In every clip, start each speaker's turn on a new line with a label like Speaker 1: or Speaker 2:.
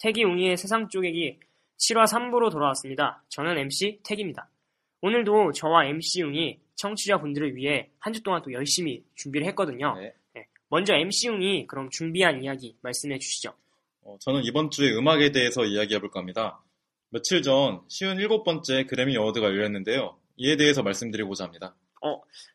Speaker 1: 태기웅이의 세상 쪼개기 7화 3부로 돌아왔습니다. 저는 MC 태기입니다. 오늘도 저와 MC 웅이 청취자분들을 위해 한 주 동안 또 열심히 준비를 했거든요.
Speaker 2: 네.
Speaker 1: 네. 먼저 MC 웅이 그럼 준비한 이야기 말씀해 주시죠.
Speaker 2: 어, 저는 이번 주에 음악에 대해서 이야기해 볼 겁니다. 며칠 전 쉬운 일곱 번째 그래미 어워드가 열렸는데요. 이에 대해서 말씀드리고자 합니다.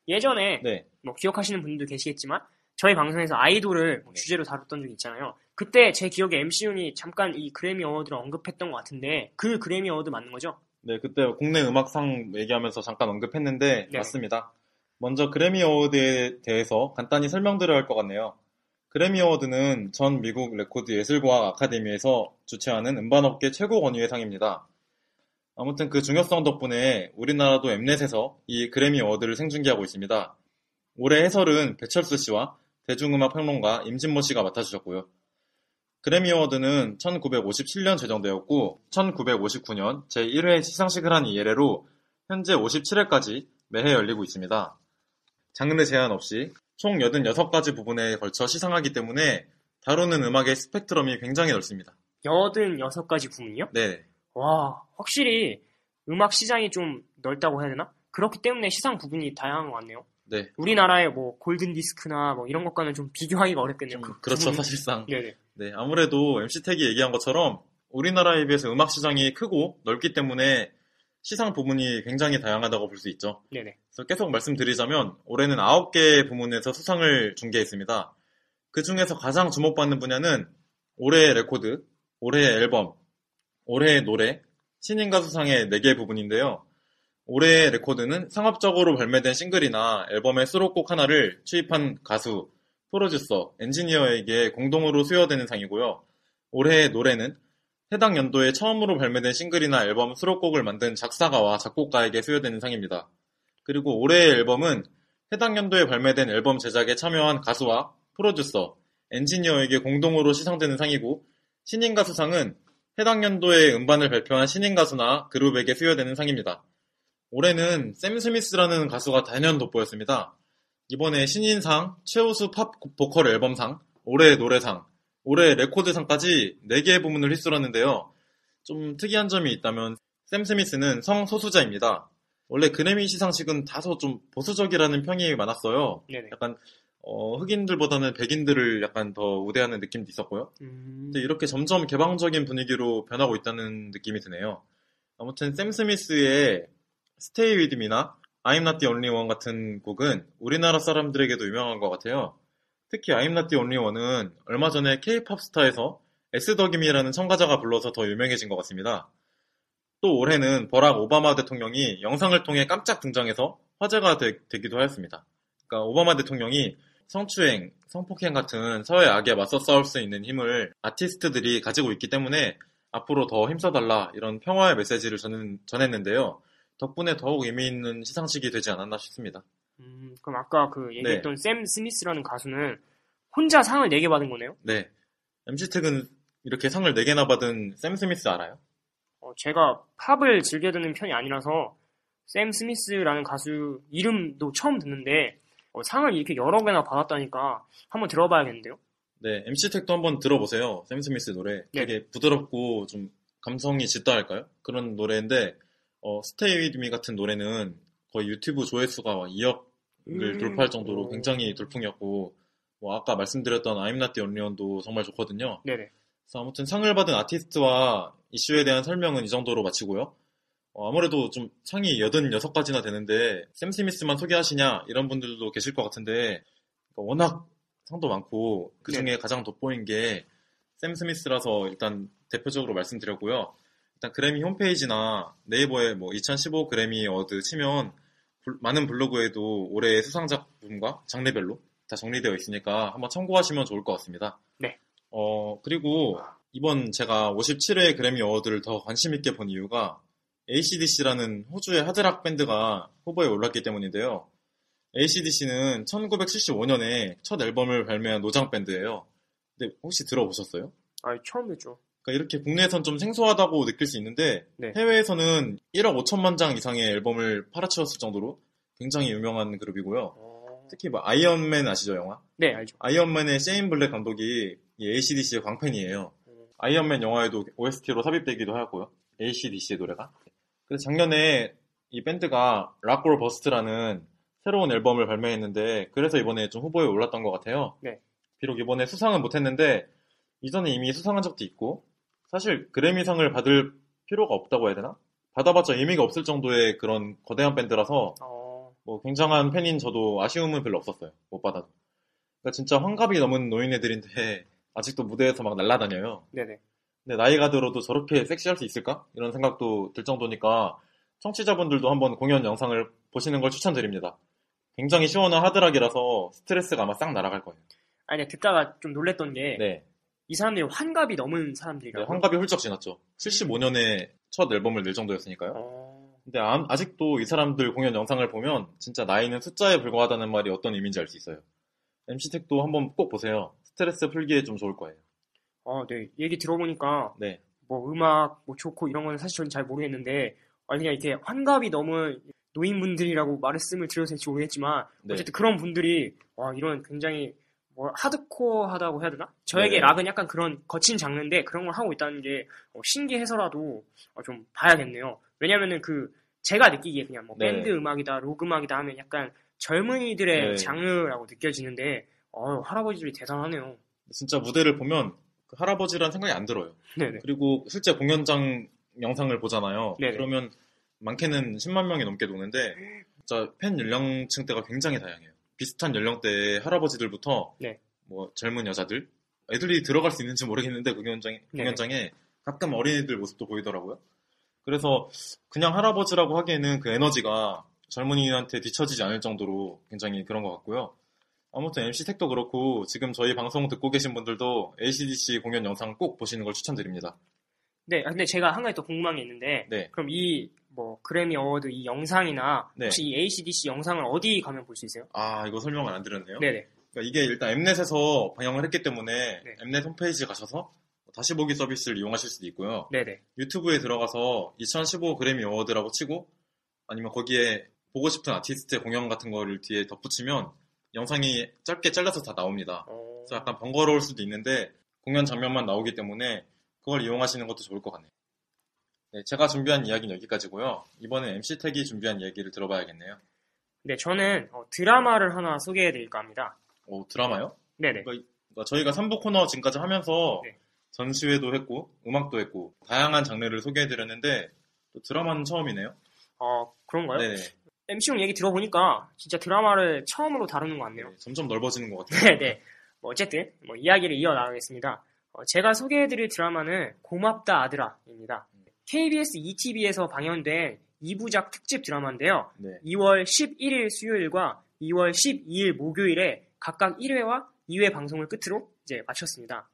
Speaker 1: 예전에
Speaker 2: 네,
Speaker 1: 뭐 기억하시는 분도 계시겠지만 저희 방송에서 아이돌을 뭐
Speaker 2: 네.
Speaker 1: 주제로 다뤘던 적이 있잖아요. 그때 제 기억에 MC 웅이 잠깐 이 그래미 어워드를 언급했던 것 같은데 그 그래미 어워드 맞는 거죠?
Speaker 2: 네 그때 국내 음악상 얘기하면서 잠깐 언급했는데
Speaker 1: 네.
Speaker 2: 맞습니다. 먼저 그래미 어워드에 대해서 간단히 설명드려야 할 것 같네요. 그래미 어워드는 전 미국 레코드 예술과학 아카데미에서 주최하는 음반업계 최고 권위의 상입니다. 아무튼 그 중요성 덕분에 우리나라도 엠넷에서 이 그래미 어워드를 생중계하고 있습니다. 올해 해설은 배철수 씨와 대중음악 평론가 임진모 씨가 맡아주셨고요. 그래미 어워드는 1957년 제정되었고 1959년 제1회 시상식을 한 이래로 현재 57회까지 매해 열리고 있습니다. 장르 제한 없이 총 86가지 부분에 걸쳐 시상하기 때문에 다루는 음악의 스펙트럼이 굉장히 넓습니다.
Speaker 1: 여든 여섯 가지 부문이요?
Speaker 2: 네,
Speaker 1: 와, 확실히 음악 시장이 좀 넓다고 해야 되나? 그렇기 때문에 시상 부분이 다양한 것 같네요.
Speaker 2: 네,
Speaker 1: 우리나라의 뭐 골든 디스크나 뭐 이런 것과는 좀 비교하기가 어렵겠네요. 그
Speaker 2: 그렇죠
Speaker 1: 부분이.
Speaker 2: 사실상.
Speaker 1: 네네.
Speaker 2: 네, 아무래도 MC 택이 얘기한 것처럼 우리나라에 비해서 음악 시장이 크고 넓기 때문에 시상 부문이 굉장히 다양하다고 볼 수 있죠.
Speaker 1: 네네.
Speaker 2: 그래서 계속 말씀드리자면 올해는 9개의 부문에서 수상을 중계했습니다. 그 중에서 가장 주목받는 분야는 올해의 레코드, 올해의 앨범, 올해의 노래, 신인 가수상의 4개 부분인데요. 올해의 레코드는 상업적으로 발매된 싱글이나 앨범의 수록곡 하나를 취입한 가수, 프로듀서, 엔지니어에게 공동으로 수여되는 상이고요. 올해의 노래는 해당 연도에 처음으로 발매된 싱글이나 앨범 수록곡을 만든 작사가와 작곡가에게 수여되는 상입니다. 그리고 올해의 앨범은 해당 연도에 발매된 앨범 제작에 참여한 가수와 프로듀서, 엔지니어에게 공동으로 시상되는 상이고 신인 가수상은 해당 연도에 음반을 발표한 신인 가수나 그룹에게 수여되는 상입니다. 올해는 샘 스미스라는 가수가 단연 돋보였습니다. 이번에 신인상, 최우수 팝 보컬 앨범상, 올해의 노래상, 올해의 레코드상까지 4개의 부문을 휩쓸었는데요. 좀 특이한 점이 있다면 샘 스미스는 성소수자입니다. 원래 그래미 시상식은 다소 좀 보수적이라는 평이 많았어요.
Speaker 1: 네네.
Speaker 2: 약간 어, 흑인들보다는 백인들을 약간 더 우대하는 느낌도 있었고요.
Speaker 1: 음,
Speaker 2: 근데 이렇게 점점 개방적인 분위기로 변하고 있다는 느낌이 드네요. 아무튼 샘 스미스의 Stay With Me나 I'm Not The Only One 같은 곡은 우리나라 사람들에게도 유명한 것 같아요. 특히 I'm Not The Only One은 얼마 전에 K-pop 스타에서 에스더김이라는 청가자가 불러서 더 유명해진 것 같습니다. 또 올해는 버락 오바마 대통령이 영상을 통해 깜짝 등장해서 화제가 되, 되기도 하였습니다. 그러니까 오바마 대통령이 성추행, 성폭행 같은 사회 악에 맞서 싸울 수 있는 힘을 아티스트들이 가지고 있기 때문에 앞으로 더 힘써달라 이런 평화의 메시지를 전했는데요 덕분에 더욱 의미 있는 시상식이 되지 않았나 싶습니다.
Speaker 1: 음, 그럼 아까
Speaker 2: 네.
Speaker 1: 그 얘기했던 샘 스미스라는 가수는 혼자 상을 4개 받은 거네요?
Speaker 2: 네. MC 특은 이렇게 상을 4개나 받은 샘 스미스 알아요?
Speaker 1: 어, 제가 팝을 즐겨 듣는 편이 아니라서 샘 스미스라는 가수 이름도 처음 듣는데 어, 상을 이렇게 여러 개나 받았다니까 한번 들어봐야겠는데요?
Speaker 2: 네. MC 특도 한번 들어보세요. 샘 스미스 노래.
Speaker 1: 네.
Speaker 2: 되게 부드럽고 좀 감성이 짙다 할까요? 그런 노래인데, 어, Stay With Me 같은 노래는 거의 유튜브 조회수가 2억 을
Speaker 1: 음.
Speaker 2: 돌파할 정도로
Speaker 1: 오.
Speaker 2: 굉장히 돌풍이었고 뭐 아까 말씀드렸던 I'm Not The Only One도 정말 좋거든요.
Speaker 1: 네네.
Speaker 2: 그래서 아무튼 상을 받은 아티스트와 이슈에 대한 설명은 이 정도로 마치고요. 어, 아무래도 좀 상이 86가지나 되는데 샘 스미스만 소개하시냐 이런 분들도 계실 것 같은데 그러니까 워낙 상도 많고 그 중에 가장 돋보인 게 샘 스미스라서 일단 대표적으로 말씀드렸고요. 일단 그래미 홈페이지나 네이버에 뭐 2015 그래미 어드 치면 불- 많은 블로그에도 올해의 수상 작품과 장르별로 다 정리되어 있으니까 한번 참고하시면 좋을 것 같습니다.
Speaker 1: 네.
Speaker 2: 어, 그리고 이번 제가 57회 그래미 어워드를 더 관심있게 본 이유가 ACDC라는 호주의 하드락 밴드가 후보에 올랐기 때문인데요. ACDC는 1975년에 첫 앨범을 발매한 노장 밴드예요. 근데 혹시 들어보셨어요?
Speaker 1: 아, 처음 듣죠.
Speaker 2: 그러니까 이렇게 국내에선 좀 생소하다고 느낄 수 있는데
Speaker 1: 네.
Speaker 2: 해외에서는 1억 5천만 장 이상의 앨범을 팔아치웠을 정도로 굉장히 유명한 그룹이고요. 특히 뭐 아이언맨 아시죠 영화?
Speaker 1: 어. 네, 알죠.
Speaker 2: 아이언맨의 세인 블랙 감독이 ACDC의 광팬이에요. 아이언맨 영화에도 OST로 삽입되기도 하고요. ACDC의 노래가. 그래서 작년에 이 밴드가 락골 버스트라는 새로운 앨범을 발매했는데 그래서 이번에 좀 후보에 올랐던 것 같아요.
Speaker 1: 네.
Speaker 2: 비록 이번에 수상은 못했는데 이전에 이미 수상한 적도 있고 사실 그래미상을 받을 필요가 없다고 해야 되나? 받아봤자 의미가 없을 정도의 그런 거대한 밴드라서
Speaker 1: 어,
Speaker 2: 뭐 굉장한 팬인 저도 아쉬움은 별로 없었어요. 못 받아도. 그러니까 진짜 환갑이 넘은 노인애들인데 아직도 무대에서 막 날아다녀요.
Speaker 1: 네네.
Speaker 2: 근데 나이가 들어도 저렇게 섹시할 수 있을까? 이런 생각도 들 정도니까 청취자분들도 한번 공연 영상을 보시는 걸 추천드립니다. 굉장히 시원한 하드락이라서 스트레스가 아마 싹 날아갈 거예요.
Speaker 1: 아니, 듣다가 좀 놀랬던 게,
Speaker 2: 네.
Speaker 1: 이 사람들이 환갑이 넘은
Speaker 2: 네,
Speaker 1: 사람들이라고.
Speaker 2: 환갑이 훌쩍 지났죠. 75년에 첫 앨범을 낼 정도였으니까요.
Speaker 1: 어,
Speaker 2: 근데 암- 아직도 이 사람들 공연 영상을 보면 진짜 나이는 숫자에 불과하다는 말이 어떤 의미인지 알 수 있어요. MC택도 한번 꼭 보세요. 스트레스 풀기에 좀 좋을 거예요.
Speaker 1: 아, 네. 얘기 들어보니까,
Speaker 2: 네.
Speaker 1: 뭐, 음악, 뭐, 좋고 이런 건 사실 저는 잘 모르겠는데, 아니, 그냥 이렇게 환갑이 넘은 노인분들이라고 말씀을 드려서 될지 모르겠지만,
Speaker 2: 네.
Speaker 1: 어쨌든 그런 분들이, 와, 이런 굉장히, 뭐, 하드코어하다고 해야 되나? 저에게
Speaker 2: 네.
Speaker 1: 락은 약간 그런 거친 장르인데, 그런 걸 하고 있다는 게, 어, 신기해서라도, 어, 좀 봐야겠네요. 왜냐면은 그, 제가 느끼기에 그냥 뭐,
Speaker 2: 네.
Speaker 1: 밴드 음악이다, 로그 음악이다 하면 약간 젊은이들의
Speaker 2: 네.
Speaker 1: 장르라고 느껴지는데, 어 할아버지들이 대단하네요.
Speaker 2: 진짜 무대를 보면 그 할아버지란 생각이 안 들어요.
Speaker 1: 네네.
Speaker 2: 그리고 실제 공연장 영상을 보잖아요.
Speaker 1: 네네.
Speaker 2: 그러면 많게는 10만 명이 넘게 노는데 진짜 팬 연령층대가 굉장히 다양해요. 비슷한 연령대의 할아버지들부터
Speaker 1: 네.
Speaker 2: 뭐 젊은 여자들, 애들이 들어갈 수 있는지 모르겠는데 공연장에
Speaker 1: 네네.
Speaker 2: 공연장에 가끔 어린이들 모습도 보이더라고요. 그래서 그냥 할아버지라고 하기에는 그 에너지가 젊은이한테 뒤처지지 않을 정도로 굉장히 그런 것 같고요. 아무튼 MC 택도 그렇고 지금 저희 방송 듣고 계신 분들도 ACDC 공연 영상 꼭 보시는 걸 추천드립니다.
Speaker 1: 네, 근데 제가 한 가지 더 궁금한 게 있는데,
Speaker 2: 네.
Speaker 1: 그럼 이, 뭐, 그래미 어워드 이 영상이나,
Speaker 2: 네.
Speaker 1: 혹시 이 ACDC 영상을 어디 가면 볼 수 있어요?
Speaker 2: 아 이거 설명을 안 드렸네요.
Speaker 1: 네네.
Speaker 2: 그러니까 이게 일단 엠넷에서 방영을 했기 때문에
Speaker 1: 네.
Speaker 2: 엠넷 홈페이지 가셔서 다시 보기 서비스를 이용하실 수도 있고요.
Speaker 1: 네네.
Speaker 2: 유튜브에 들어가서 2015 그래미 어워드라고 치고 아니면 거기에 보고 싶은 아티스트의 공연 같은 거를 뒤에 덧붙이면 영상이 짧게 잘라서 다 나옵니다.
Speaker 1: 어...
Speaker 2: 그래서 약간 번거로울 수도 있는데 공연 장면만 나오기 때문에 그걸 이용하시는 것도 좋을 것 같네요. 네, 제가 준비한 이야기는 여기까지고요. 이번엔 MC 택이 준비한 이야기를 들어봐야겠네요.
Speaker 1: 네, 저는 어, 드라마를 하나 소개해드릴까 합니다.
Speaker 2: 오, 어, 드라마요?
Speaker 1: 네네.
Speaker 2: 그러니까 저희가 3부 코너 지금까지 하면서
Speaker 1: 네.
Speaker 2: 전시회도 했고 음악도 했고 다양한 장르를 소개해드렸는데 또 드라마는 처음이네요.
Speaker 1: 어, 그런가요?
Speaker 2: 네네.
Speaker 1: MC용 얘기 들어보니까, 진짜 드라마를 처음으로 다루는 것 같네요.
Speaker 2: 네, 점점 넓어지는 것 같아요.
Speaker 1: 네네. 뭐, 어쨌든, 뭐, 이야기를 이어나가겠습니다. 어, 제가 소개해드릴 드라마는 고맙다 아들아입니다.
Speaker 2: 음.
Speaker 1: KBS ETV에서 E 방영된 2부작 특집 드라마인데요.
Speaker 2: 네.
Speaker 1: 2월 11일 수요일과 2월 12일 목요일에 각각 1회와 2회 방송을 끝으로 이제 마쳤습니다.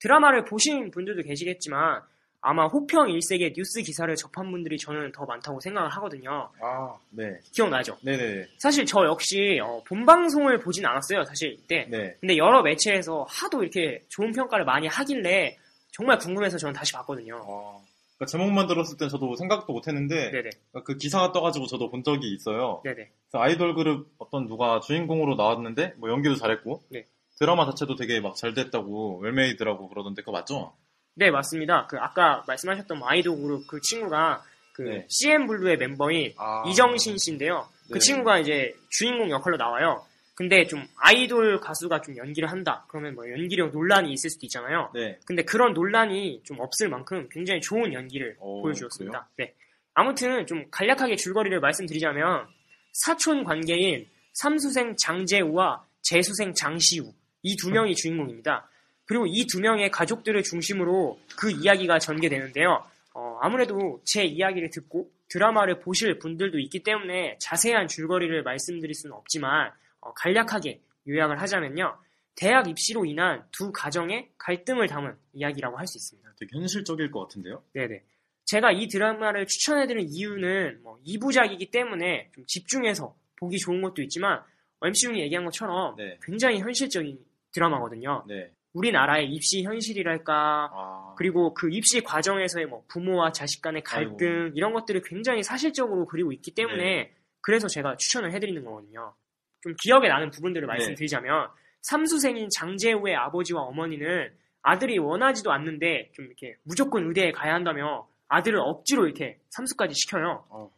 Speaker 1: 드라마를 보신 분들도 계시겠지만 아마 호평 일색의 뉴스 기사를 접한 분들이 저는 더 많다고 생각을 하거든요.
Speaker 2: 아, 네.
Speaker 1: 기억나죠?
Speaker 2: 네네.
Speaker 1: 사실 저 역시 어, 본방송을 보진 않았어요. 사실 이때.
Speaker 2: 네.
Speaker 1: 근데 여러 매체에서 하도 이렇게 좋은 평가를 많이 하길래 정말 궁금해서 저는 다시 봤거든요.
Speaker 2: 아, 그러니까 제목만 들었을 땐 저도 생각도 못했는데
Speaker 1: 네네,
Speaker 2: 그러니까 그 기사가 떠가지고 저도 본 적이 있어요.
Speaker 1: 네네.
Speaker 2: 그래서 아이돌 그룹 어떤 누가 주인공으로 나왔는데 뭐 연기도 잘했고
Speaker 1: 네.
Speaker 2: 드라마 자체도 되게 막 잘 됐다고 웰메이드라고 그러던데 그거 맞죠?
Speaker 1: 네, 맞습니다. 그 아까 말씀하셨던 아이돌 그룹 그 친구가 그
Speaker 2: 네.
Speaker 1: CN 블루의 멤버인
Speaker 2: 아.
Speaker 1: 이정신 씨인데요. 그
Speaker 2: 네.
Speaker 1: 친구가 이제 주인공 역할로 나와요. 근데 좀 아이돌 가수가 좀 연기를 한다. 그러면 뭐 연기력 논란이 있을 수도 있잖아요.
Speaker 2: 네.
Speaker 1: 근데 그런 논란이 좀 없을 만큼 굉장히 좋은 연기를
Speaker 2: 어,
Speaker 1: 보여주었습니다. 네. 아무튼 좀 간략하게 줄거리를 말씀드리자면 사촌 관계인 삼수생 장재우와 재수생 장시우 이 두 명이 주인공입니다. 그리고 이 두 명의 가족들을 중심으로 그 이야기가 전개되는데요. 어, 아무래도 제 이야기를 듣고 드라마를 보실 분들도 있기 때문에 자세한 줄거리를 말씀드릴 수는 없지만 어, 간략하게 요약을 하자면요. 대학 입시로 인한 두 가정의 갈등을 담은 이야기라고 할 수 있습니다.
Speaker 2: 되게 현실적일 것 같은데요?
Speaker 1: 네네. 제가 이 드라마를 추천해드리는 이유는 뭐 2부작이기 때문에 좀 집중해서 보기 좋은 것도 있지만 MC용이 얘기한 것처럼
Speaker 2: 네.
Speaker 1: 굉장히 현실적인 드라마거든요.
Speaker 2: 네.
Speaker 1: 우리나라의 입시 현실이랄까
Speaker 2: 아,
Speaker 1: 그리고 그 입시 과정에서의 뭐 부모와 자식 간의 갈등 이런 것들을 굉장히 사실적으로 그리고 있기 때문에
Speaker 2: 네.
Speaker 1: 그래서 제가 추천을 해드리는 거거든요. 좀 기억에 나는 부분들을
Speaker 2: 네.
Speaker 1: 말씀드리자면 삼수생인 장재우의 아버지와 어머니는 아들이 원하지도 않는데 좀 이렇게 무조건 의대에 가야 한다며 아들을 억지로 이렇게 삼수까지 시켜요.
Speaker 2: 어.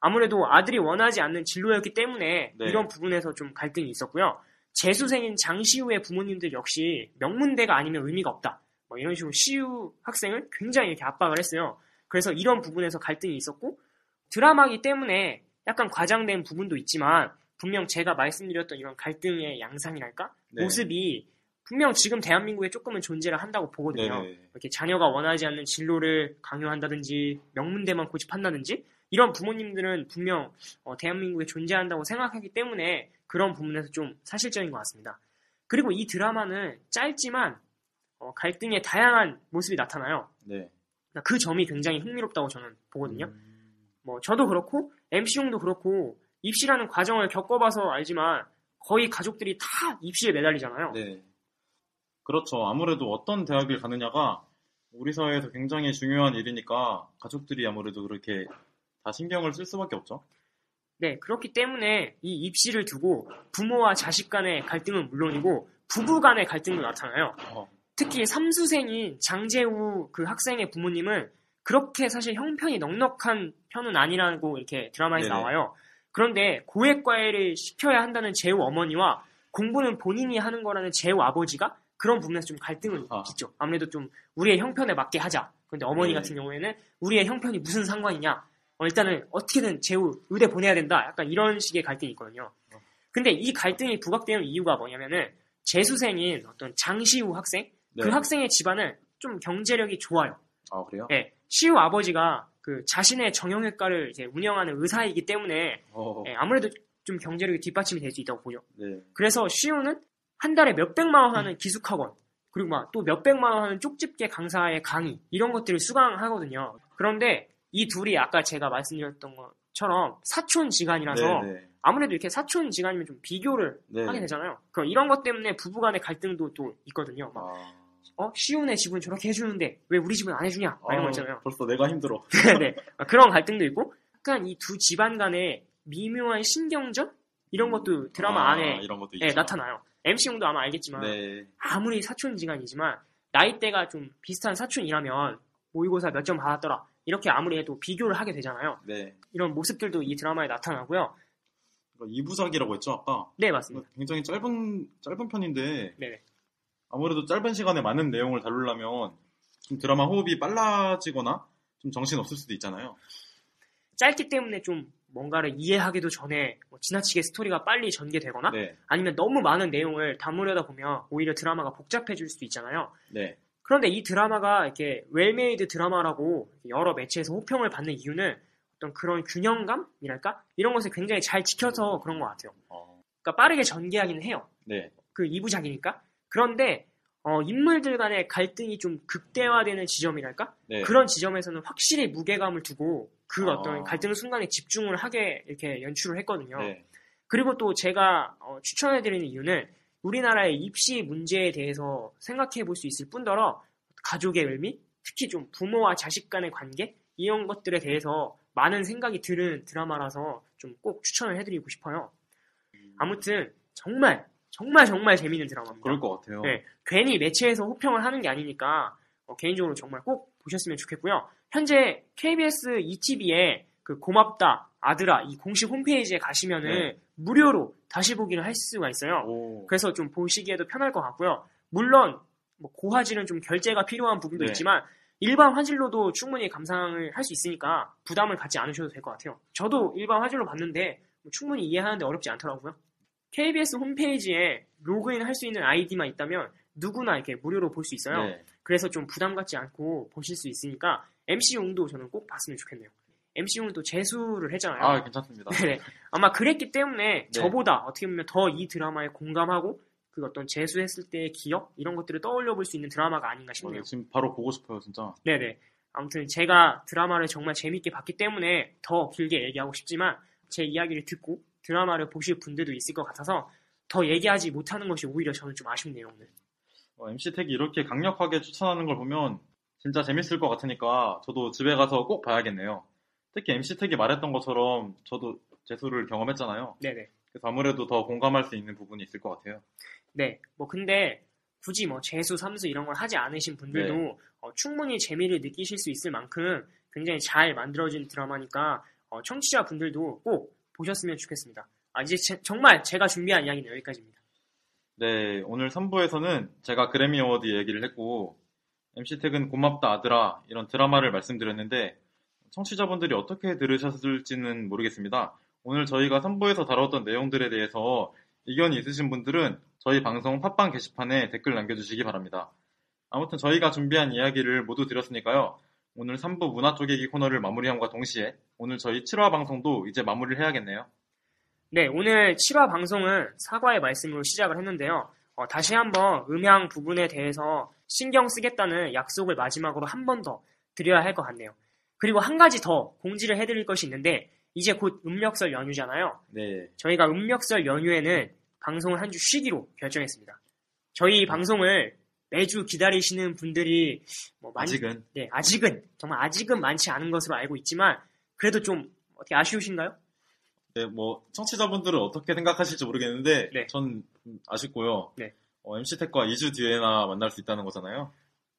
Speaker 1: 아무래도 아들이 원하지 않는 진로였기 때문에
Speaker 2: 네.
Speaker 1: 이런 부분에서 좀 갈등이 있었고요. 재수생인 장시우의 부모님들 역시 명문대가 아니면 의미가 없다. 뭐 이런 식으로 시우 학생을 굉장히 이렇게 압박을 했어요. 그래서 이런 부분에서 갈등이 있었고 드라마기 때문에 약간 과장된 부분도 있지만 분명 제가 말씀드렸던 이런 갈등의 양상이랄까
Speaker 2: 네.
Speaker 1: 모습이 분명 지금 대한민국에 조금은 존재를 한다고
Speaker 2: 네.
Speaker 1: 보거든요.
Speaker 2: 네.
Speaker 1: 이렇게 자녀가 원하지 않는 진로를 강요한다든지 명문대만 고집한다든지 이런 부모님들은 분명 어, 대한민국에 존재한다고 생각하기 때문에 그런 부분에서 좀 사실적인 것 같습니다. 그리고 이 드라마는 짧지만 어, 갈등의 다양한 모습이 나타나요.
Speaker 2: 네.
Speaker 1: 그러니까 그 점이 굉장히 흥미롭다고 저는 보거든요.
Speaker 2: 음,
Speaker 1: 뭐 저도 그렇고 MC용도 그렇고 입시라는 과정을 겪어봐서 알지만 거의 가족들이 다 입시에 매달리잖아요.
Speaker 2: 네. 그렇죠. 아무래도 어떤 대학을 가느냐가 우리 사회에서 굉장히 중요한 일이니까 가족들이 아무래도 그렇게 다 신경을 쓸 수밖에 없죠.
Speaker 1: 네, 그렇기 때문에 이 입시를 두고 부모와 자식 간의 갈등은 물론이고 부부 간의 갈등도 나타나요.
Speaker 2: 어.
Speaker 1: 특히 삼수생인 장재우 그 학생의 부모님은 그렇게 사실 형편이 넉넉한 편은 아니라고 이렇게 드라마에서
Speaker 2: 네네.
Speaker 1: 나와요. 그런데 고액과외를 시켜야 한다는 재우 어머니와 공부는 본인이 하는 거라는 재우 아버지가 그런 부분에서 좀 갈등을
Speaker 2: 아.
Speaker 1: 빚죠. 아무래도 좀 우리의 형편에 맞게 하자. 근데 어머니
Speaker 2: 네.
Speaker 1: 같은 경우에는 우리의 형편이 무슨 상관이냐. 어, 일단은 어떻게든 재우 의대 보내야 된다. 약간 이런 식의 갈등이 있거든요.
Speaker 2: 어.
Speaker 1: 근데 이 갈등이 부각되는 이유가 뭐냐면은 재수생인 어떤 장시우 학생
Speaker 2: 네.
Speaker 1: 그 학생의 집안은 좀 경제력이 좋아요.
Speaker 2: 아, 그래요?
Speaker 1: 예, 시우 아버지가 그 자신의 정형외과를 이제 운영하는 의사이기 때문에
Speaker 2: 어,
Speaker 1: 예, 아무래도 좀 경제력이 뒷받침이 될 수 있다고 보죠.
Speaker 2: 네.
Speaker 1: 그래서 시우는 한 달에 몇백만 원
Speaker 2: 음.
Speaker 1: 하는 기숙학원 그리고 막 또 몇백만 원 하는 쪽집게 강사의 강의 이런 것들을 수강하거든요. 그런데 이 둘이 아까 제가 말씀드렸던 것처럼 사촌지간이라서
Speaker 2: 네, 네.
Speaker 1: 아무래도 이렇게 사촌지간이면 좀 비교를
Speaker 2: 네.
Speaker 1: 하게 되잖아요. 그럼 이런 것 때문에 부부간의 갈등도 또 있거든요. 막
Speaker 2: 아.
Speaker 1: 어, 시온의 집은 저렇게 해주는데 왜 우리 집은 안 해주냐 막 이런
Speaker 2: 아,
Speaker 1: 거 있잖아요.
Speaker 2: 벌써 내가 힘들어.
Speaker 1: 네, 그런 갈등도 있고 약간 이 두 집안 간의 미묘한 신경전 이런 것도 드라마
Speaker 2: 아,
Speaker 1: 안에
Speaker 2: 이런 것도
Speaker 1: 예,
Speaker 2: 있죠.
Speaker 1: 나타나요. MC 형도 아마 알겠지만
Speaker 2: 네.
Speaker 1: 아무리 사촌지간이지만 나이대가 좀 비슷한 사촌이라면 모의고사 몇 점 받았더라 이렇게 아무리 해도 비교를 하게 되잖아요.
Speaker 2: 네.
Speaker 1: 이런 모습들도 이 드라마에 나타나고요.
Speaker 2: 그러니까 이부작이라고 했죠, 아까?
Speaker 1: 네 맞습니다.
Speaker 2: 굉장히 짧은, 짧은 편인데,
Speaker 1: 네,
Speaker 2: 아무래도 짧은 시간에 많은 내용을 다루려면, 좀 드라마 호흡이 빨라지거나, 좀 정신 없을 수도 있잖아요.
Speaker 1: 짧기 때문에 좀 뭔가를 이해하기도 전에 뭐 지나치게 스토리가 빨리 전개되거나
Speaker 2: 네.
Speaker 1: 아니면 너무 많은 내용을 담으려다 보면 오히려 드라마가 복잡해질 수도 있잖아요.
Speaker 2: 네.
Speaker 1: 그런데 이 드라마가 이렇게 웰메이드 드라마라고 여러 매체에서 호평을 받는 이유는 어떤 그런 균형감이랄까? 이런 것을 굉장히 잘 지켜서 그런 것 같아요.
Speaker 2: 어,
Speaker 1: 그러니까 빠르게 전개하기는 해요.
Speaker 2: 네.
Speaker 1: 그 2부작이니까. 그런데 어, 인물들 간의 갈등이 좀 극대화되는 지점이랄까?
Speaker 2: 네.
Speaker 1: 그런 지점에서는 확실히 무게감을 두고 그
Speaker 2: 아.
Speaker 1: 어떤 갈등 순간에 집중을 하게 이렇게 연출을 했거든요.
Speaker 2: 네.
Speaker 1: 그리고 또 제가 어, 추천해드리는 이유는 우리나라의 입시 문제에 대해서 생각해 볼 수 있을 뿐더러 가족의 의미, 특히 좀 부모와 자식 간의 관계 이런 것들에 대해서 많은 생각이 드는 드라마라서 좀 꼭 추천을 해드리고 싶어요. 아무튼 정말 정말 정말 재밌는 드라마입니다.
Speaker 2: 그럴 것 같아요.
Speaker 1: 네, 괜히 매체에서 호평을 하는 게 아니니까 어, 개인적으로 정말 꼭 보셨으면 좋겠고요. 현재 KBS ETV에 그 고맙다 아들아 이 공식 홈페이지에 가시면은
Speaker 2: 네.
Speaker 1: 무료로 다시 보기를 할 수가 있어요.
Speaker 2: 오.
Speaker 1: 그래서 좀 보시기에도 편할 것 같고요. 물론 뭐 고화질은 좀 결제가 필요한 부분도
Speaker 2: 네.
Speaker 1: 있지만 일반 화질로도 충분히 감상을 할 수 있으니까 부담을 갖지 않으셔도 될 것 같아요. 저도 일반 화질로 봤는데 뭐 충분히 이해하는데 어렵지 않더라고요. KBS 홈페이지에 로그인 할 수 있는 아이디만 있다면 누구나 이렇게 무료로 볼 수 있어요.
Speaker 2: 네.
Speaker 1: 그래서 좀 부담 갖지 않고 보실 수 있으니까 MC 용도 저는 꼭 봤으면 좋겠네요. MC용은 또 재수를 했잖아요.
Speaker 2: 아, 괜찮습니다.
Speaker 1: 네. 아마 그랬기 때문에
Speaker 2: 네.
Speaker 1: 저보다 어떻게 보면 더 이 드라마에 공감하고 그 어떤 재수했을 때의 기억 이런 것들을 떠올려 볼 수 있는 드라마가 아닌가 싶네요.
Speaker 2: 맞아요. 어, 지금 바로 보고 싶어요, 진짜.
Speaker 1: 네네. 아무튼 제가 드라마를 정말 재밌게 봤기 때문에 더 길게 얘기하고 싶지만 제 이야기를 듣고 드라마를 보실 분들도 있을 것 같아서 더 얘기하지 못하는 것이 오히려 저는 좀 아쉽네요 오늘.
Speaker 2: 어, MC 택이 이렇게 강력하게 추천하는 걸 보면 진짜 재밌을 것 같으니까 저도 집에 가서 꼭 봐야겠네요. 특히 MC 택이 말했던 것처럼 저도 재수를 경험했잖아요.
Speaker 1: 네네.
Speaker 2: 그래서 아무래도 더 공감할 수 있는 부분이 있을 것 같아요.
Speaker 1: 네. 뭐 근데 굳이 뭐 재수, 삼수 이런 걸 하지 않으신 분들도 어, 충분히 재미를 느끼실 수 있을 만큼 굉장히 잘 만들어진 드라마니까 어, 청취자 분들도 꼭 보셨으면 좋겠습니다. 아 이제 제- 정말 제가 준비한 이야기는 여기까지입니다.
Speaker 2: 네, 오늘 3부에서는 제가 그래미 어워드 얘기를 했고, MC 택은 고맙다 아들아 이런 드라마를 말씀드렸는데, 청취자분들이 어떻게 들으셨을지는 모르겠습니다. 오늘 저희가 3부에서 다뤘던 내용들에 대해서 의견이 있으신 분들은 저희 방송 팟빵 게시판에 댓글 남겨주시기 바랍니다. 아무튼 저희가 준비한 이야기를 모두 드렸으니까요. 오늘 3부 문화 쪼개기 코너를 마무리함과 동시에 오늘 저희 7화 방송도 이제 마무리를 해야겠네요.
Speaker 1: 네, 오늘 7화 방송은 사과의 말씀으로 시작을 했는데요. 어, 다시 한번 음향 부분에 대해서 신경 쓰겠다는 약속을 마지막으로 한 번 더 드려야 할 것 같네요. 그리고 한 가지 더 공지를 해드릴 것이 있는데 이제 곧 음력설 연휴잖아요.
Speaker 2: 네,
Speaker 1: 저희가 음력설 연휴에는 방송을 한 주 쉬기로 결정했습니다. 저희 방송을 매주 기다리시는 분들이 뭐 많이,
Speaker 2: 아직은
Speaker 1: 네, 아직은 정말 아직은 많지 않은 것으로 알고 있지만 그래도 좀 어떻게 아쉬우신가요?
Speaker 2: 네, 뭐 청취자분들은 어떻게 생각하실지 모르겠는데
Speaker 1: 네.
Speaker 2: 전 아쉽고요.
Speaker 1: 네.
Speaker 2: 어, MC 택과 2주 뒤에나 만날 수 있다는 거잖아요.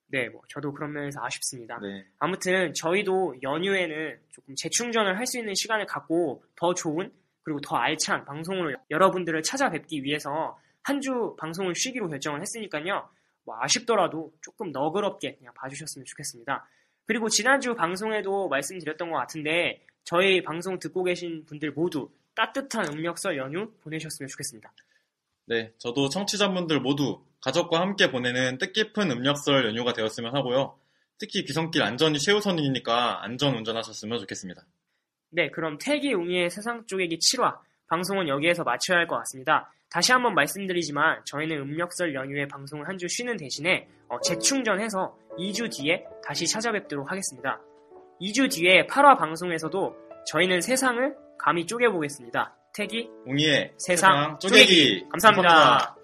Speaker 1: 네, 뭐 저도 그런 면에서 아쉽습니다.
Speaker 2: 네.
Speaker 1: 아무튼 저희도 연휴에는 조금 재충전을 할 수 있는 시간을 갖고 더 좋은 그리고 더 알찬 방송으로 여러분들을 찾아뵙기 위해서 한 주 방송을 쉬기로 결정을 했으니까요. 뭐 아쉽더라도 조금 너그럽게 그냥 봐주셨으면 좋겠습니다. 그리고 지난주 방송에도 말씀드렸던 것 같은데 저희 방송 듣고 계신 분들 모두 따뜻한 음력설 연휴 보내셨으면 좋겠습니다.
Speaker 2: 네, 저도 청취자분들 모두 가족과 함께 보내는 뜻깊은 음력설 연휴가 되었으면 하고요. 특히 귀성길 안전이 최우선이니까 안전 운전하셨으면 좋겠습니다.
Speaker 1: 네, 그럼 태기 웅이의 세상 쪼개기 7화 방송은 여기에서 마쳐야 할 것 같습니다. 다시 한번 말씀드리지만 저희는 음력설 연휴에 방송을 한 주 쉬는 대신에 어, 재충전해서 2주 뒤에 다시 찾아뵙도록 하겠습니다. 2주 뒤에 8화 방송에서도 저희는 세상을 감히 쪼개보겠습니다. 태기
Speaker 2: 웅이의
Speaker 1: 세상, 쪼개기. 감사합니다.